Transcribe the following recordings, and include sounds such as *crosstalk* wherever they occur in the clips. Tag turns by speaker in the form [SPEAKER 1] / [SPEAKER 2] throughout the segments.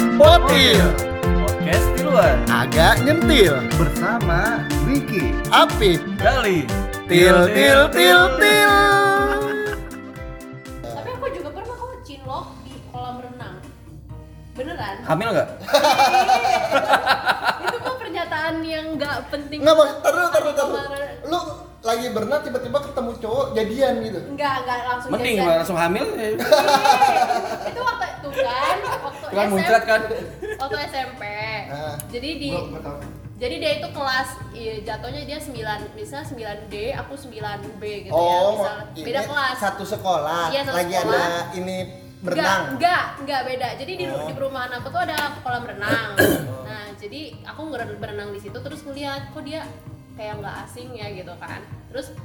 [SPEAKER 1] Nyentil
[SPEAKER 2] Podcast di luar
[SPEAKER 1] Agak nyentil
[SPEAKER 3] bersama Wiki.
[SPEAKER 1] Apit
[SPEAKER 2] Gali
[SPEAKER 1] Til til til til
[SPEAKER 4] Tapi aku juga pernah kok cinlok di kolam renang.
[SPEAKER 2] *laughs*
[SPEAKER 4] Beneran?
[SPEAKER 2] Hamil nggak?
[SPEAKER 4] Itu kok pernyataan yang nggak penting.
[SPEAKER 1] Nggak maksud, taruh taruh taruh
[SPEAKER 4] Kemarin-
[SPEAKER 1] Lu lagi berenang tiba-tiba ketemu cowok jadian gitu
[SPEAKER 4] Nggak, nggak langsung
[SPEAKER 2] Mending
[SPEAKER 4] jadian.
[SPEAKER 2] langsung hamil eh.
[SPEAKER 4] Iya, itu waktu itu kan waktu
[SPEAKER 2] Kan
[SPEAKER 4] SMP
[SPEAKER 2] muncrat kan?
[SPEAKER 4] waktu SMP
[SPEAKER 1] Ah.
[SPEAKER 4] jadi di jadi dia itu kelas iya, jatuhnya dia 9 misalnya 9D aku 9B gitu ya misalnya beda
[SPEAKER 1] Oh, ini
[SPEAKER 4] kelas
[SPEAKER 1] Satu sekolah
[SPEAKER 4] Iya, satu
[SPEAKER 1] Lagi
[SPEAKER 4] sekolah.
[SPEAKER 1] ada ini berenang
[SPEAKER 4] Enggak, enggak, enggak beda. Jadi di,
[SPEAKER 1] Oh.
[SPEAKER 4] di perumahan aku tuh ada kolam
[SPEAKER 1] *coughs*
[SPEAKER 4] renang. nah, jadi aku ngeren- berenang di situ terus ngeliat kok dia kayak nggak asing ya gitu kan. Terus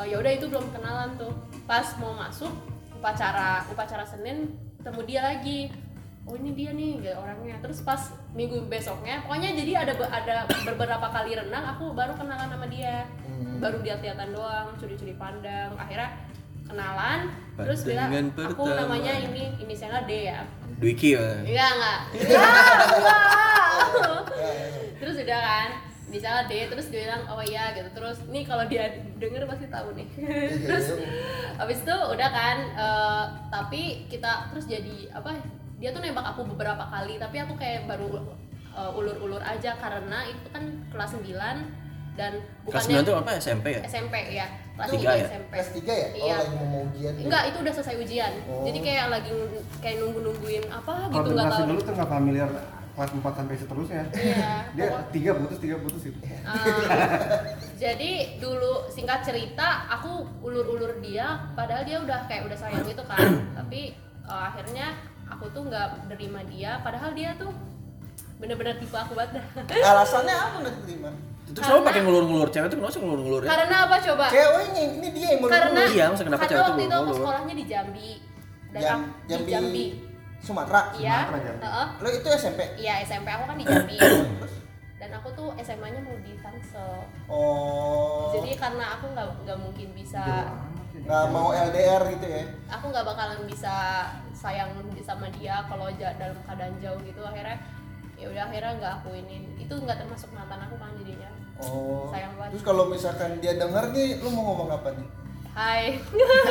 [SPEAKER 4] eh, ya udah itu belum kenalan tuh. Pas mau masuk upacara upacara Senin ketemu dia lagi. Oh ini dia nih gitu orangnya. Terus pas minggu besoknya, pokoknya jadi ada be- ada beberapa kali renang aku baru kenalan sama dia.
[SPEAKER 1] Hmm.
[SPEAKER 4] Baru lihat-lihatan doang, curi-curi pandang. Akhirnya kenalan, terus bilang
[SPEAKER 2] Pandangan
[SPEAKER 4] aku
[SPEAKER 2] pertama."
[SPEAKER 4] namanya ini inisialnya D ya
[SPEAKER 2] Dwiki ya
[SPEAKER 4] enggak
[SPEAKER 2] *laughs*
[SPEAKER 4] enggak terus udah kan misalnya D terus dia bilang oh iya gitu terus nih kalau dia denger pasti tahu nih *laughs* terus habis itu udah kan eh, tapi kita terus jadi apa dia tuh nembak aku beberapa kali tapi aku kayak baru eh, ulur-ulur aja karena itu kan kelas 9 dan
[SPEAKER 2] Kelas 9 tuh
[SPEAKER 4] bukannya
[SPEAKER 2] apa SMP ya?
[SPEAKER 4] SMP ya kelas
[SPEAKER 2] Tiga
[SPEAKER 4] 3
[SPEAKER 2] ya?
[SPEAKER 4] SMP
[SPEAKER 1] Kelas 3 ya? Oh
[SPEAKER 4] Iya.
[SPEAKER 1] lagi mau mau ujian gitu.
[SPEAKER 4] Enggak, itu udah selesai ujian.
[SPEAKER 1] Oh.
[SPEAKER 4] Jadi kayak lagi nung- kayak nunggu-nungguin apa
[SPEAKER 3] Kalau
[SPEAKER 4] gitu nggak
[SPEAKER 3] generasi
[SPEAKER 4] tahu.
[SPEAKER 3] dulu tuh nggak familiar kelas 4 sampai seterusnya.
[SPEAKER 4] Iya.
[SPEAKER 3] Dia
[SPEAKER 4] pokok-
[SPEAKER 3] tiga putus tiga putus itu.
[SPEAKER 4] Ah, jadi dulu singkat cerita aku ulur-ulur dia padahal dia udah kayak udah sayang gitu kan. Tapi eh, akhirnya aku tuh nggak nerima dia padahal dia tuh bener-bener tipe aku banget. *laughs*
[SPEAKER 1] Alasannya apa nggak terima?
[SPEAKER 2] Itu selalu pakai ngulur-ngulur cewek tuh kenapa sih ngulur-ngulur ya?
[SPEAKER 4] Karena apa coba?
[SPEAKER 1] Ceweknya oh, ini dia yang mau
[SPEAKER 4] Karena
[SPEAKER 2] Iya, maksudnya kenapa
[SPEAKER 4] karena
[SPEAKER 2] cewek tuh
[SPEAKER 4] waktu itu aku
[SPEAKER 2] ulur-ulur?
[SPEAKER 4] sekolahnya di Jambi. Dan
[SPEAKER 1] Jam,
[SPEAKER 4] aku-
[SPEAKER 1] Jambi,
[SPEAKER 4] di Jambi.
[SPEAKER 1] Sumatera.
[SPEAKER 4] Iya.
[SPEAKER 3] Sumatera, Jambi.
[SPEAKER 4] heeh.
[SPEAKER 1] Lo itu SMP.
[SPEAKER 4] Iya, SMP aku
[SPEAKER 2] *coughs*
[SPEAKER 4] kan di Jambi. dan aku tuh SMA-nya mau di Tangsel.
[SPEAKER 1] Oh.
[SPEAKER 4] Jadi karena aku nggak nggak mungkin bisa,
[SPEAKER 1] nggak mau LDR gitu ya.
[SPEAKER 4] aku nggak bakalan bisa sayang sama dia kalau ja- dalam keadaan jauh gitu. Akhirnya ya udah akhirnya nggak aku iniin. Itu nggak termasuk mantan aku kan jadinya.
[SPEAKER 1] Oh.
[SPEAKER 4] Sayang banget.
[SPEAKER 1] Terus kalau misalkan dia denger nih, lu mau ngomong apa nih?
[SPEAKER 4] Hai,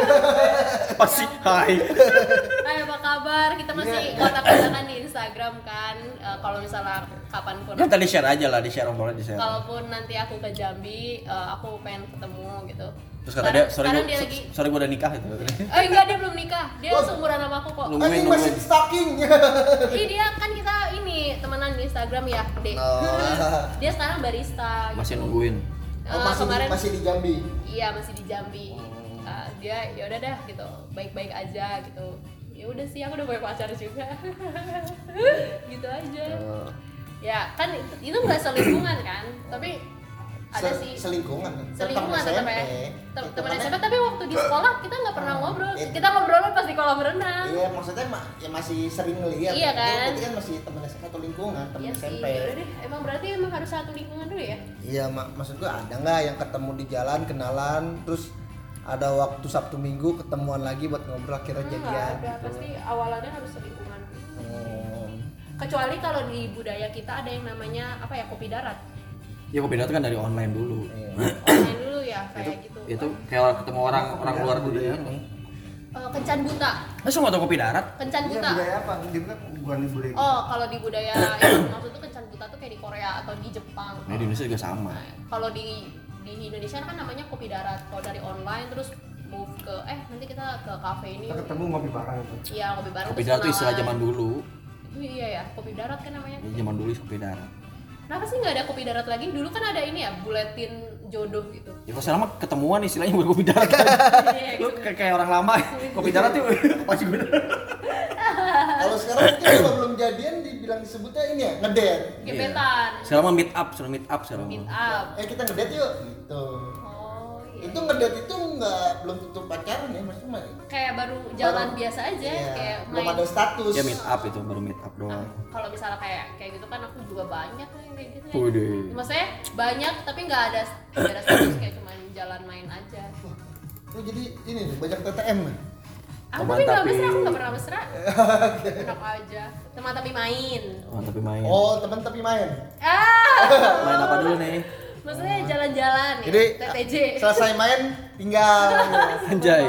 [SPEAKER 4] *laughs*
[SPEAKER 2] Apa sih? Hai
[SPEAKER 4] hai apa kabar? Kita
[SPEAKER 2] Iya.
[SPEAKER 4] masih kontak-kontakan di Instagram kan. Eh, kalau misalnya kapanpun.
[SPEAKER 2] Ya tadi share aja lah, di share ngomongnya di share
[SPEAKER 4] Kalaupun nanti aku ke Jambi, eh, aku pengen ketemu gitu.
[SPEAKER 2] Terus kata dia,
[SPEAKER 4] Sekarang-
[SPEAKER 2] sorry
[SPEAKER 4] sekarang
[SPEAKER 2] gue,
[SPEAKER 4] dia lagi
[SPEAKER 2] sorry gue udah nikah gitu
[SPEAKER 4] Eh enggak dia belum nikah. Dia seumuran sama aku kok.
[SPEAKER 2] Nungguin,
[SPEAKER 1] Anjing masih
[SPEAKER 2] nungguin.
[SPEAKER 1] stalking.
[SPEAKER 4] Ih dia kan kita ini temenan di Instagram ya, Dek.
[SPEAKER 1] Oh.
[SPEAKER 4] Dia sekarang barista. gitu.
[SPEAKER 2] Masih nungguin
[SPEAKER 4] Eh,
[SPEAKER 1] Oh, masih
[SPEAKER 4] kemarin
[SPEAKER 1] di, masih Oh. di Jambi.
[SPEAKER 4] iya masih di Jambi. Eh, dia ya udah dah gitu, baik-baik aja gitu. Ya udah sih aku udah punya pacar juga. *laughs* gitu aja.
[SPEAKER 1] Eh.
[SPEAKER 4] Ya kan itu- itu enggak selingkungan kan, tapi ada
[SPEAKER 1] Se-
[SPEAKER 4] sih
[SPEAKER 1] selingkungan. kan?
[SPEAKER 4] selingkungan tetap ya.
[SPEAKER 1] Eh,
[SPEAKER 4] Tem-
[SPEAKER 1] Gitu,
[SPEAKER 4] Teman SMP tapi waktu di sekolah kita nggak pernah ngobrol.
[SPEAKER 1] Itu-
[SPEAKER 4] Kita ngobrol pas di kolam renang.
[SPEAKER 1] Iya, maksudnya ma- ya masih sering ngeliat.
[SPEAKER 4] Iya kan?
[SPEAKER 1] Berarti kan masih teman SMP atau lingkungan, teman
[SPEAKER 4] Iya sih,
[SPEAKER 1] SMP.
[SPEAKER 4] yaudah deh. Emang berarti emang harus satu lingkungan dulu ya?
[SPEAKER 1] Iya, mak maksud gua ada nggak yang ketemu di jalan, kenalan, terus ada waktu Sabtu Minggu ketemuan lagi buat ngobrol
[SPEAKER 2] Oh,
[SPEAKER 1] akhirnya
[SPEAKER 4] Enggak
[SPEAKER 1] jadian.
[SPEAKER 4] ada,
[SPEAKER 1] gitu.
[SPEAKER 4] pasti awalannya harus selingkungan.
[SPEAKER 1] Hmm.
[SPEAKER 4] Kecuali kalau di budaya kita ada yang namanya apa ya kopi darat.
[SPEAKER 2] Ya kok beda tuh kan dari online dulu
[SPEAKER 1] Iya.
[SPEAKER 4] Online dulu ya kayak gitu.
[SPEAKER 2] Itu kayak ketemu orang orang luar dulu
[SPEAKER 1] Iya.
[SPEAKER 2] ya
[SPEAKER 4] Eh, kencan buta,
[SPEAKER 2] Masa nggak tau kopi darat?
[SPEAKER 4] kencan
[SPEAKER 3] Iya
[SPEAKER 4] buta.
[SPEAKER 3] budaya apa? Dia bilang bukan boleh.
[SPEAKER 4] Oh, kalau di budaya yang maksud tuh kencan buta tuh kayak di Korea atau di Jepang.
[SPEAKER 2] Nah di Indonesia juga sama
[SPEAKER 4] Nah, kalau di di Indonesia kan namanya kopi darat. Kalau dari online terus move ke eh nanti kita ke cafe ini.
[SPEAKER 3] Kita ketemu ngopi bareng itu.
[SPEAKER 4] Iya, kopi bareng.
[SPEAKER 2] Kopi
[SPEAKER 4] terus
[SPEAKER 2] darat tuh istilah
[SPEAKER 4] kenalan.
[SPEAKER 2] zaman dulu
[SPEAKER 4] Itu Iya ya, kopi darat kan namanya.
[SPEAKER 2] Ya, zaman dulu kopi darat
[SPEAKER 4] Kenapa sih nggak ada kopi darat lagi? Dulu kan ada ini ya, buletin jodoh gitu.
[SPEAKER 2] Ya kalau sekarang mah ketemuan istilahnya buat kopi *laughs* darat kan Lu kayak, kayak orang lama ya, kopi darat tuh *laughs* Apa sih bener?
[SPEAKER 1] Kalau sekarang mungkin kalau belum jadian dibilang disebutnya ini ya, ngedate.
[SPEAKER 4] Gebetan.
[SPEAKER 2] Iya. Sekarang mah meet up, sekarang meet up sekarang
[SPEAKER 4] Meet
[SPEAKER 2] mah.
[SPEAKER 4] up.
[SPEAKER 1] Eh kita ngedate yuk gitu.
[SPEAKER 4] Oh iya.
[SPEAKER 1] Itu ngedate itu nggak belum tentu pacaran ya maksudnya.
[SPEAKER 4] kayak baru jalan
[SPEAKER 1] Baru-
[SPEAKER 4] biasa aja,
[SPEAKER 1] Iya,
[SPEAKER 4] kayak
[SPEAKER 1] belum
[SPEAKER 4] main.
[SPEAKER 1] ada status.
[SPEAKER 2] Ya meet up itu baru meet up
[SPEAKER 4] Nah,
[SPEAKER 2] doang
[SPEAKER 4] kalau misalnya kayak kayak gitu kan aku juga banyak nih kayak gitu. ya.
[SPEAKER 2] Waduh.
[SPEAKER 4] Maksudnya banyak tapi nggak ada nggak
[SPEAKER 1] Oh,
[SPEAKER 4] ada status kayak cuman jalan main aja.
[SPEAKER 1] Lu jadi ini nih, banyak TTM.
[SPEAKER 4] aku
[SPEAKER 2] Teman
[SPEAKER 4] tapi nggak
[SPEAKER 2] tapi-
[SPEAKER 4] mesra aku nggak pernah mesra enak aja teman tapi main
[SPEAKER 2] Oh, tapi main.
[SPEAKER 1] Oh, teman tapi main.
[SPEAKER 4] ah
[SPEAKER 1] *laughs*
[SPEAKER 2] Main apa dulu nih?
[SPEAKER 4] maksudnya jalan-jalan ya
[SPEAKER 1] Jadi
[SPEAKER 4] TTJ
[SPEAKER 1] selesai main tinggal. *laughs*
[SPEAKER 2] Anjay.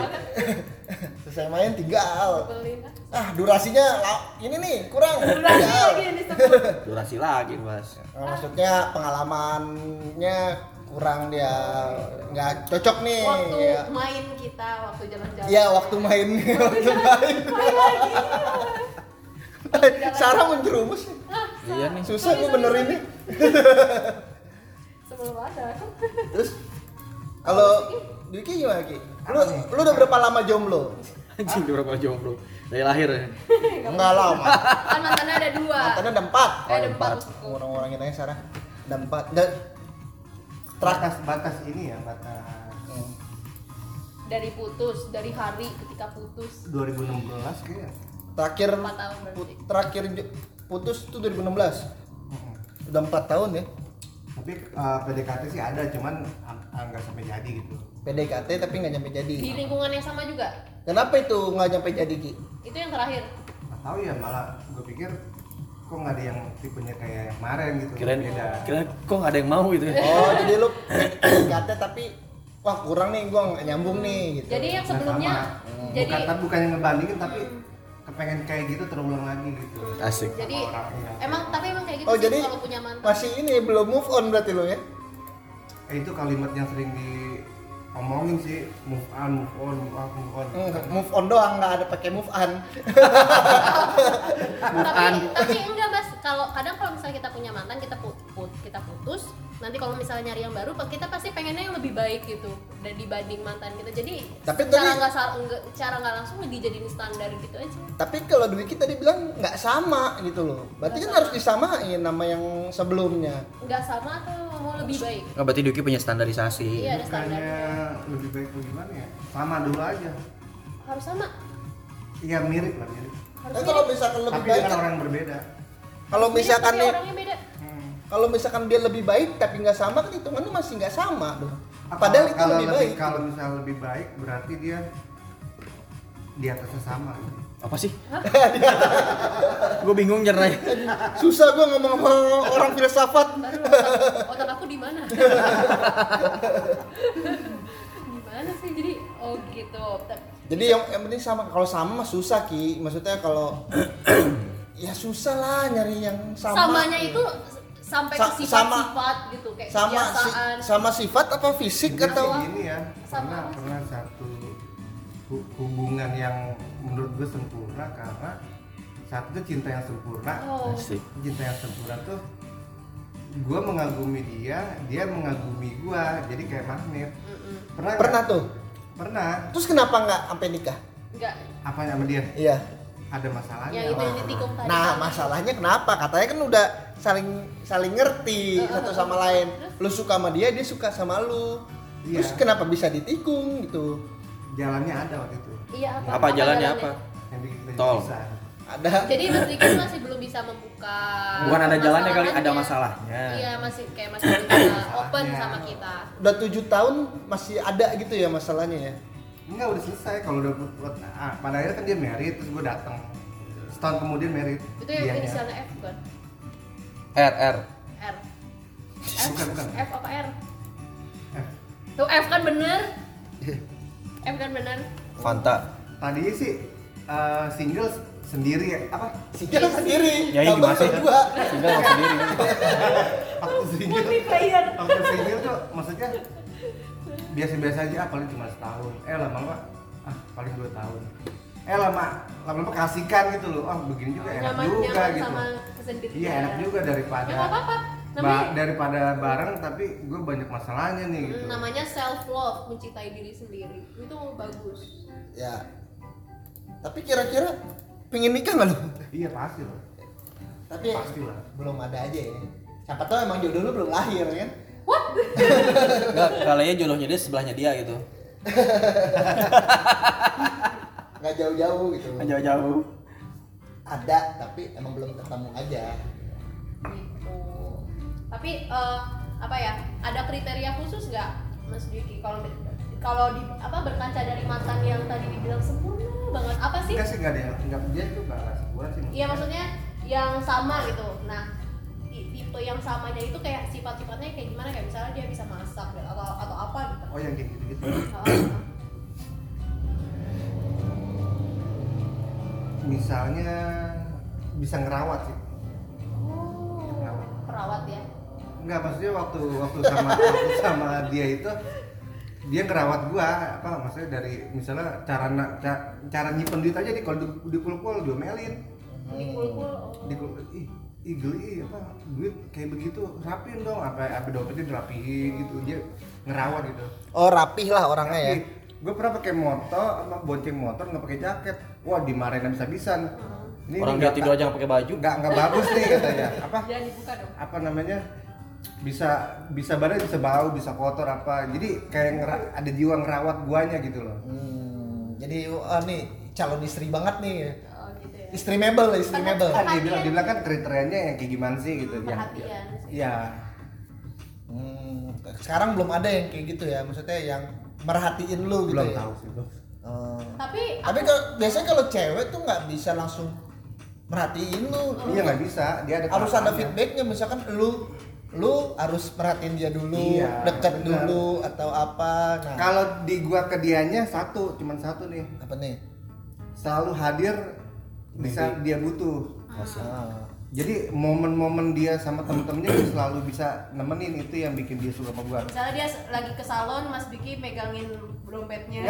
[SPEAKER 1] selesai main tinggal.
[SPEAKER 4] Beli.
[SPEAKER 1] Ah, durasinya la- ini nih kurang.
[SPEAKER 4] Berani
[SPEAKER 1] Tinggal.
[SPEAKER 4] lagi yang disebut
[SPEAKER 1] Iya,
[SPEAKER 2] Durasi lagi, Mas.
[SPEAKER 1] Nah, maksudnya pengalamannya kurang dia nggak cocok nih.
[SPEAKER 4] waktu
[SPEAKER 1] ya.
[SPEAKER 4] main kita waktu jalan-jalan
[SPEAKER 1] Iya, waktu main. waktu main. Eh, Sarah menjerumus.
[SPEAKER 4] ah,
[SPEAKER 2] Iya nih.
[SPEAKER 1] Susah gue benerin nih.
[SPEAKER 4] sebelum ada
[SPEAKER 1] Terus kalau Diki gimana Ki? Lu lu udah berapa lama jomblo?
[SPEAKER 2] Anjing udah berapa jomblo? Dari lahir ya.
[SPEAKER 1] Enggak lama.
[SPEAKER 4] kan mantannya ada dua
[SPEAKER 1] Mantannya ada empat.
[SPEAKER 4] Eh, ada empat.
[SPEAKER 1] Orang-orang yang tanya Sarah. Ada empat. Dan terakhir.
[SPEAKER 4] Nah.
[SPEAKER 3] batas batas ini ya batas
[SPEAKER 1] Hmm.
[SPEAKER 4] dari putus dari hari ketika putus
[SPEAKER 3] 2016 kayaknya
[SPEAKER 1] Terakhir
[SPEAKER 4] Empat tahun berarti.
[SPEAKER 1] put- terakhir ju- putus itu 2016. Udah empat tahun ya.
[SPEAKER 3] tapi eh, PDKT sih ada cuman ang- nggak sampai jadi gitu
[SPEAKER 1] PDKT tapi nggak nyampe jadi.
[SPEAKER 4] di lingkungan yang sama juga
[SPEAKER 1] Kenapa itu nggak nyampe jadi Ki?
[SPEAKER 4] itu yang terakhir
[SPEAKER 1] Iya,
[SPEAKER 3] nggak tahu ya malah gue pikir kok nggak ada yang tipenya kayak yang kemarin gitu
[SPEAKER 2] Kirain,
[SPEAKER 3] beda
[SPEAKER 2] kirain kok nggak ada yang mau gitu ya?
[SPEAKER 4] *laughs*
[SPEAKER 1] Oh, jadi lu PDKT tapi wah kurang nih gua nggak nyambung nih gitu.
[SPEAKER 4] jadi yang
[SPEAKER 3] Nah,
[SPEAKER 4] sebelumnya
[SPEAKER 3] sama.
[SPEAKER 4] jadi
[SPEAKER 3] bukan kan? tapi bukan yang ngebandingin tapi kepengen kayak gitu terulang lagi gitu
[SPEAKER 2] Asik.
[SPEAKER 4] jadi
[SPEAKER 3] Sama orang, iya.
[SPEAKER 4] emang tapi emang kayak gitu
[SPEAKER 1] Oh,
[SPEAKER 4] sih
[SPEAKER 1] jadi
[SPEAKER 4] kalau punya mantan
[SPEAKER 1] masih ini belum move on berarti lu ya?
[SPEAKER 3] eh, itu kalimat yang sering diomongin sih move on move on move on move on
[SPEAKER 1] Hmm, move on doang nggak ada pakai move on.
[SPEAKER 4] tapi tapi enggak mas kalau kadang kalau misalnya kita punya mantan kita put, put- kita putus nanti kalau misalnya nyari yang baru kita pasti pengennya yang lebih baik gitu dan dibanding mantan kita jadi
[SPEAKER 1] Tapi
[SPEAKER 4] cara
[SPEAKER 1] tadi-
[SPEAKER 4] nggak sal- nggak- cara nggak langsung dijadiin standar gitu aja
[SPEAKER 1] Tapi kalau Dwi kita dibilang nggak sama gitu loh. Berarti
[SPEAKER 4] Nggak
[SPEAKER 1] kan
[SPEAKER 4] sama.
[SPEAKER 1] harus disamain nama yang sebelumnya.
[SPEAKER 4] nggak sama atau mau lebih baik
[SPEAKER 2] Nggak Ah, berarti Duki punya standarisasi.
[SPEAKER 4] iya ada standar
[SPEAKER 3] bukannya lebih baik atau gimana ya sama dulu aja
[SPEAKER 4] harus sama
[SPEAKER 3] iya mirip lah mirip
[SPEAKER 4] harus
[SPEAKER 1] Tapi
[SPEAKER 4] mirip.
[SPEAKER 1] kalau misalkan lebih
[SPEAKER 3] tapi kan-
[SPEAKER 1] baik,
[SPEAKER 3] dengan orang yang berbeda
[SPEAKER 1] kalau
[SPEAKER 4] Mirip,
[SPEAKER 1] misalkan
[SPEAKER 4] tapi
[SPEAKER 1] nih,
[SPEAKER 4] orangnya beda
[SPEAKER 3] Hmm.
[SPEAKER 1] kalau misalkan dia lebih baik tapi nggak sama kan hitungannya masih nggak sama dong.
[SPEAKER 3] Apa-
[SPEAKER 1] Padahal itu
[SPEAKER 3] kalau
[SPEAKER 1] lebih baik.
[SPEAKER 3] kalau misal lebih baik berarti dia di atasnya sama gitu.
[SPEAKER 2] Apa *laughs* sih? gue bingung nyerai.
[SPEAKER 1] Susah gua ngomong sama orang filsafat.
[SPEAKER 4] baru otak, otak aku di
[SPEAKER 1] *laughs*
[SPEAKER 4] mana *laughs* di mana sih jadi oh gitu Ta-
[SPEAKER 1] Jadi yang, yang penting sama kalau sama mah susah ki. Maksudnya kalau *clears throat* ya susah lah nyari yang sama.
[SPEAKER 4] samanya
[SPEAKER 3] gitu.
[SPEAKER 4] itu sampai
[SPEAKER 1] Sa- sama-
[SPEAKER 4] ke sifat-sifat gitu kayak
[SPEAKER 1] sama si-
[SPEAKER 4] kebiasaan
[SPEAKER 1] sama sifat apa fisik
[SPEAKER 3] Jadi
[SPEAKER 1] atau
[SPEAKER 3] sih gini ya
[SPEAKER 4] Sama
[SPEAKER 3] pernah
[SPEAKER 4] apa sih?
[SPEAKER 3] pernah satu hu- hubungan yang menurut gue sempurna karena saat itu cinta yang sempurna
[SPEAKER 4] oh
[SPEAKER 2] Asik.
[SPEAKER 3] cinta yang sempurna tuh gue mengagumi dia dia mengagumi gue jadi kayak magnet
[SPEAKER 4] mm-mm.
[SPEAKER 3] pernah nggak?
[SPEAKER 1] pernah tuh.
[SPEAKER 3] pernah
[SPEAKER 1] Terus kenapa nggak sampai nikah?
[SPEAKER 4] enggak
[SPEAKER 3] apa sama dia
[SPEAKER 1] Iya.
[SPEAKER 3] ada masalahnya
[SPEAKER 4] ya itu yang ditikung tadi
[SPEAKER 1] Nah masalahnya kenapa? Katanya kan udah saling saling ngerti
[SPEAKER 4] Heeh.
[SPEAKER 1] satu sama lain. Lu suka sama dia, dia suka sama lu.
[SPEAKER 3] Iya.
[SPEAKER 1] Terus kenapa bisa ditikung gitu?
[SPEAKER 3] jalannya ada waktu itu
[SPEAKER 4] iya apa
[SPEAKER 2] Apa jalannya apa?
[SPEAKER 3] yang bikin kita
[SPEAKER 2] Tol.
[SPEAKER 3] pisah.
[SPEAKER 1] Ada
[SPEAKER 4] jadi Mas Diki masih belum bisa membuka
[SPEAKER 2] Bukan ada jalannya kali, ada Ya.
[SPEAKER 4] permasalahannya.
[SPEAKER 2] masalahnya.
[SPEAKER 4] iya masih kayak masih belum bisa open
[SPEAKER 3] Masalahnya.
[SPEAKER 4] sama kita
[SPEAKER 1] udah tujuh tahun masih ada gitu ya masalahnya ya.
[SPEAKER 3] Enggak udah selesai kalau udah put, put- ah, pada akhirnya kan dia merit terus gue datang setahun kemudian merit
[SPEAKER 4] itu yang
[SPEAKER 3] dianya.
[SPEAKER 4] inisialnya F bukan
[SPEAKER 2] R R.
[SPEAKER 4] R F
[SPEAKER 3] Bukan, bukan.
[SPEAKER 4] F apa R
[SPEAKER 3] Eh,
[SPEAKER 4] tuh F kan bener
[SPEAKER 3] Iya.
[SPEAKER 4] F kan bener
[SPEAKER 2] Fanta.
[SPEAKER 3] tadinya sih eh, single s- sendiri ya apa
[SPEAKER 1] Single sendiri.
[SPEAKER 2] Ya, ini
[SPEAKER 1] kabar
[SPEAKER 2] gimana sih?
[SPEAKER 1] berdua.
[SPEAKER 2] Tinggal mau sendiri.
[SPEAKER 3] waktu
[SPEAKER 4] *laughs*
[SPEAKER 3] single
[SPEAKER 4] multiplayer
[SPEAKER 3] waktu single tuh maksudnya biasa-biasa aja ah, paling cuma setahun eh lama-lama ah paling dua tahun eh lama lama-lama kasihkan gitu loh oh begini juga enak
[SPEAKER 4] nyaman
[SPEAKER 3] juga
[SPEAKER 4] nyaman
[SPEAKER 3] gitu
[SPEAKER 4] sama kesendirian
[SPEAKER 3] iya enak juga daripada
[SPEAKER 4] Ya, nggak apa-apa
[SPEAKER 3] ba-
[SPEAKER 4] namanya Hmm,
[SPEAKER 3] daripada bareng tapi gue banyak masalahnya nih gitu
[SPEAKER 4] namanya self love mencintai diri sendiri itu bagus
[SPEAKER 1] Ya. Tapi kira-kira pengen nikah nggak lu?
[SPEAKER 3] iya pasti loh
[SPEAKER 1] Tapi
[SPEAKER 3] Pasti lah.
[SPEAKER 1] belum ada aja ya. Siapa tahu emang jodoh lu belum lahir kan?
[SPEAKER 4] what *laughs*
[SPEAKER 2] Enggak, kalian jodohnya dia sebelahnya dia gitu.
[SPEAKER 1] Nggak jauh-jauh gitu.
[SPEAKER 2] Nggak Jauh-jauh.
[SPEAKER 1] Ada tapi emang belum ketemu aja.
[SPEAKER 4] gitu tapi eh, apa ya ada kriteria khusus nggak mas Diki kalau kalau di apa berkaca dari mantan yang tadi dibilang sempurna banget apa sih
[SPEAKER 3] Enggak sih enggak ada yang enggak dia itu enggak ngerasa gua sih.
[SPEAKER 4] Iya maksudnya yang sama gitu. Nah i- tipe yang samanya itu kayak sifat-sifatnya kayak gimana kayak misalnya dia bisa masak gitu, atau atau apa gitu.
[SPEAKER 3] Oh yang kayak gitu-gitu.
[SPEAKER 4] Oh,
[SPEAKER 3] Misalnya bisa ngerawat sih.
[SPEAKER 4] Oh, perawat ya.
[SPEAKER 3] Enggak maksudnya waktu waktu sama waktu sama dia itu dia ngerawat gua apa maksudnya dari misalnya cara na- ca- cara nyimpen duit aja di kalau di, di kulkul diomelin
[SPEAKER 4] Dipul-pul. oh.
[SPEAKER 3] di kulkul ih ih geli ih, apa duit kayak begitu rapin dong apa apa dompetnya dirapihin gitu dia ngerawat gitu
[SPEAKER 1] Oh rapih lah orangnya ya.
[SPEAKER 3] gue pernah pakai motor apa, bonceng motor nggak pakai jaket wah dimarahin habis habisan
[SPEAKER 1] Hmm.
[SPEAKER 3] ini
[SPEAKER 2] Orang dia
[SPEAKER 3] nggak-
[SPEAKER 2] tidur aja nggak pakai baju.
[SPEAKER 3] nggak nggak bagus nih
[SPEAKER 1] *laughs*
[SPEAKER 3] katanya apa
[SPEAKER 5] Jangan dibuka dong.
[SPEAKER 3] apa namanya bisa bisa badan bisa bau bisa kotor apa jadi kayak ngera- ada jiwa ngerawat guanya gitu loh
[SPEAKER 1] Hmm, jadi wah nih calon istri banget nih.
[SPEAKER 4] Oh, gitu
[SPEAKER 3] Iya.
[SPEAKER 4] ya.
[SPEAKER 1] Istri mebel, istri
[SPEAKER 4] Karena-
[SPEAKER 1] mebel.
[SPEAKER 3] kan dia bilang dia bilang kan kriterianya yang kayak gimana sih gitu yang
[SPEAKER 4] Perhatian.
[SPEAKER 3] ya
[SPEAKER 1] Hmm, sekarang belum ada yang kayak gitu ya. Maksudnya yang merhatiin lu gitu
[SPEAKER 3] belum
[SPEAKER 1] ya.
[SPEAKER 3] tahu sih belum
[SPEAKER 1] Oh.
[SPEAKER 4] Tapi
[SPEAKER 1] Tapi kalau biasanya kalau cewek tuh nggak bisa langsung merhatiin lu.
[SPEAKER 3] iya nggak bisa dia ada
[SPEAKER 1] harus ada
[SPEAKER 3] tahapannya.
[SPEAKER 1] feedbacknya misalkan lu lu harus perhatiin dia dulu
[SPEAKER 3] Iya,
[SPEAKER 1] deket
[SPEAKER 3] benar.
[SPEAKER 1] dulu atau apa nah
[SPEAKER 3] kalau di gua ke dianya satu cuman satu nih
[SPEAKER 1] apa nih
[SPEAKER 3] selalu hadir di saat dia butuh
[SPEAKER 1] Ah.
[SPEAKER 3] jadi momen-momen dia sama temen-temennya dia selalu bisa nemenin itu yang bikin dia suka sama gua
[SPEAKER 5] Misalnya dia lagi ke salon, Mas Diki megangin
[SPEAKER 4] *laughs*
[SPEAKER 3] Enggak.
[SPEAKER 5] dompetnya.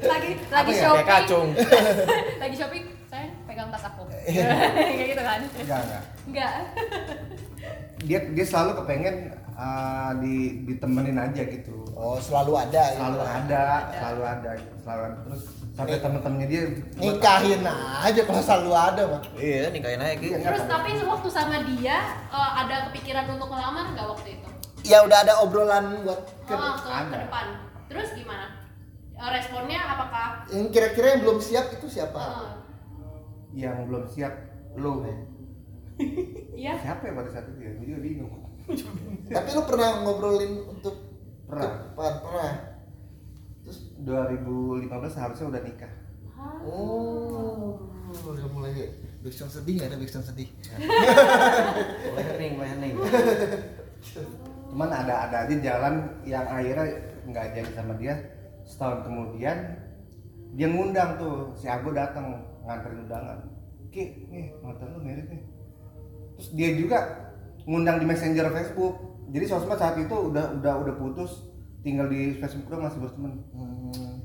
[SPEAKER 5] lagi lagi
[SPEAKER 3] ya?
[SPEAKER 5] shopping.
[SPEAKER 2] Kayak kacung.
[SPEAKER 4] *laughs* lagi shopping, saya pegang tas aku.
[SPEAKER 3] Iya.
[SPEAKER 4] *laughs* Kayak gitu kan.
[SPEAKER 3] enggak enggak
[SPEAKER 4] Enggak.
[SPEAKER 3] dia dia selalu kepengen uh, di ditemenin aja gitu
[SPEAKER 1] oh selalu ada gitu.
[SPEAKER 3] selalu ada selalu ada selalu ada terus sampai temen-temennya dia
[SPEAKER 1] nikahin aja kalau selalu ada mah
[SPEAKER 2] Iya, nikahin aja
[SPEAKER 3] Iya,
[SPEAKER 2] gitu.
[SPEAKER 3] nggak
[SPEAKER 4] Terus
[SPEAKER 3] apa-apa.
[SPEAKER 4] tapi waktu sama dia eh, ada kepikiran untuk ngelamar nggak waktu itu?
[SPEAKER 1] ya udah ada obrolan buat ke-
[SPEAKER 4] oh, ke, ke
[SPEAKER 3] ada.
[SPEAKER 4] depan. Terus gimana? Eh, Responnya apakah
[SPEAKER 1] yang kira-kira yang belum siap itu siapa
[SPEAKER 4] eh,
[SPEAKER 3] yang belum siap lo
[SPEAKER 4] iya
[SPEAKER 3] siapa ya pada saat itu ya gue juga bingung
[SPEAKER 1] tapi lu pernah ngobrolin untuk
[SPEAKER 3] Pernah.
[SPEAKER 1] ke- pernah, pernah.
[SPEAKER 3] terus 2015 harusnya udah nikah
[SPEAKER 1] oh udah mulai background sedih nggak ada background sedih
[SPEAKER 2] Boleh hening, boleh hening.
[SPEAKER 3] cuman ada ada aja jalan yang akhirnya nggak jadi sama dia setahun kemudian dia ngundang tuh si Ago datang nganterin undangan ki nih mantan lu merit nih terus dia juga ngundang di messenger Facebook jadi sosmed saat itu udah udah udah putus tinggal di Facebook doang masih berteman
[SPEAKER 1] Hmm.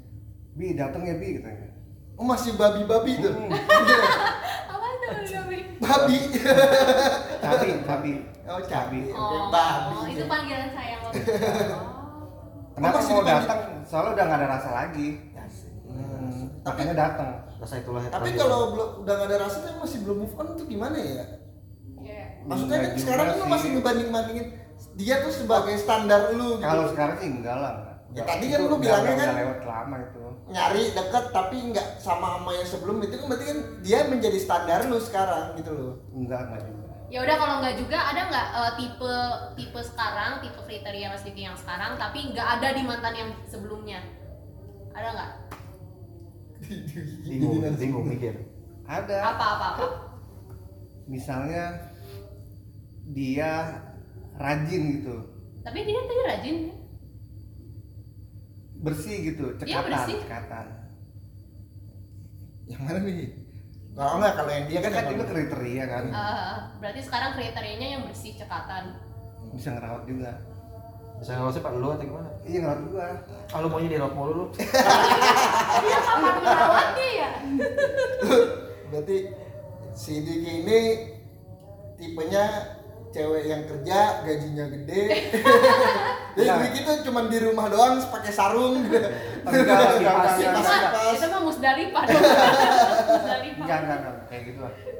[SPEAKER 3] bi datang ya bi katanya
[SPEAKER 1] oh masih babi-babi tuh
[SPEAKER 3] Hmm,
[SPEAKER 4] apa tuh Gabi?
[SPEAKER 1] babi
[SPEAKER 3] cabi cabi
[SPEAKER 1] Oh, cabi. Oke,
[SPEAKER 4] Oh,
[SPEAKER 1] babi.
[SPEAKER 4] oh, itu panggilan sayang waktu itu.
[SPEAKER 3] *laughs*
[SPEAKER 4] Oh.
[SPEAKER 3] kenapa
[SPEAKER 1] masih
[SPEAKER 3] mau
[SPEAKER 1] dipanggil?
[SPEAKER 3] datang soalnya udah nggak ada rasa lagi
[SPEAKER 1] Hmm.
[SPEAKER 3] makanya datang
[SPEAKER 2] Rasa itulah yang
[SPEAKER 1] Tapi
[SPEAKER 2] terakhir.
[SPEAKER 1] kalau belum udah gak ada rasa tuh masih belum move on tuh gimana ya?
[SPEAKER 4] Iya.
[SPEAKER 1] Maksudnya kan
[SPEAKER 3] Nggak
[SPEAKER 1] sekarang
[SPEAKER 3] juga
[SPEAKER 1] kan lu
[SPEAKER 3] sih.
[SPEAKER 1] masih ngebanding-bandingin dia tuh sebagai standar lu gitu.
[SPEAKER 3] Kalau sekarang sih enggak lah.
[SPEAKER 1] Ya,
[SPEAKER 3] Enggak.
[SPEAKER 1] tadi kan
[SPEAKER 3] Itu
[SPEAKER 1] lu
[SPEAKER 3] udah-
[SPEAKER 1] bilangnya
[SPEAKER 3] udah-
[SPEAKER 1] kan-
[SPEAKER 3] udah lewat lama itu.
[SPEAKER 1] nyari deket tapi nggak sama sama yang sebelum itu kan berarti kan dia menjadi standar lu sekarang gitu loh.
[SPEAKER 3] Enggak, enggak juga.
[SPEAKER 4] Ya udah kalau nggak juga ada nggak eh, tipe tipe sekarang tipe kriteria Mas Diki yang sekarang tapi nggak ada di mantan yang sebelumnya ada nggak?
[SPEAKER 2] bingung, bingung mikir.
[SPEAKER 3] Ada.
[SPEAKER 4] Apa apa apa?
[SPEAKER 3] Misalnya dia rajin gitu.
[SPEAKER 4] Tapi dia tadi rajin ya?
[SPEAKER 3] Bersih gitu,
[SPEAKER 4] Iya,
[SPEAKER 3] cekatan,
[SPEAKER 4] bersih.
[SPEAKER 3] cekatan.
[SPEAKER 1] Yang mana nih? Kalau nggak kalau yang dia
[SPEAKER 3] Dia
[SPEAKER 1] kan
[SPEAKER 3] kan kan
[SPEAKER 1] yang
[SPEAKER 3] itu
[SPEAKER 1] kalau-
[SPEAKER 3] kriteria kan.
[SPEAKER 4] Eh, berarti sekarang kriterianya yang bersih cekatan.
[SPEAKER 3] Bisa ngerawat juga.
[SPEAKER 2] Bisa ngelosip apa lu atau gimana?
[SPEAKER 3] Iya, ngerawat juga.
[SPEAKER 2] Ah lu maunya di rock mulu lu.
[SPEAKER 4] Dia kapan merawatnya ya?
[SPEAKER 1] berarti si Diki ini tipenya cewek yang kerja gajinya gede. Jadi
[SPEAKER 3] Nah.
[SPEAKER 1] Diki tuh cuman di rumah doang pakai sarung.
[SPEAKER 3] Enggak, enggak,
[SPEAKER 1] Kipas,
[SPEAKER 3] enggak, enggak, enggak.
[SPEAKER 1] kipas.
[SPEAKER 4] Itu mah musdalifah dong. musdalifah.
[SPEAKER 3] Enggak, enggak, enggak, kayak gitu lah.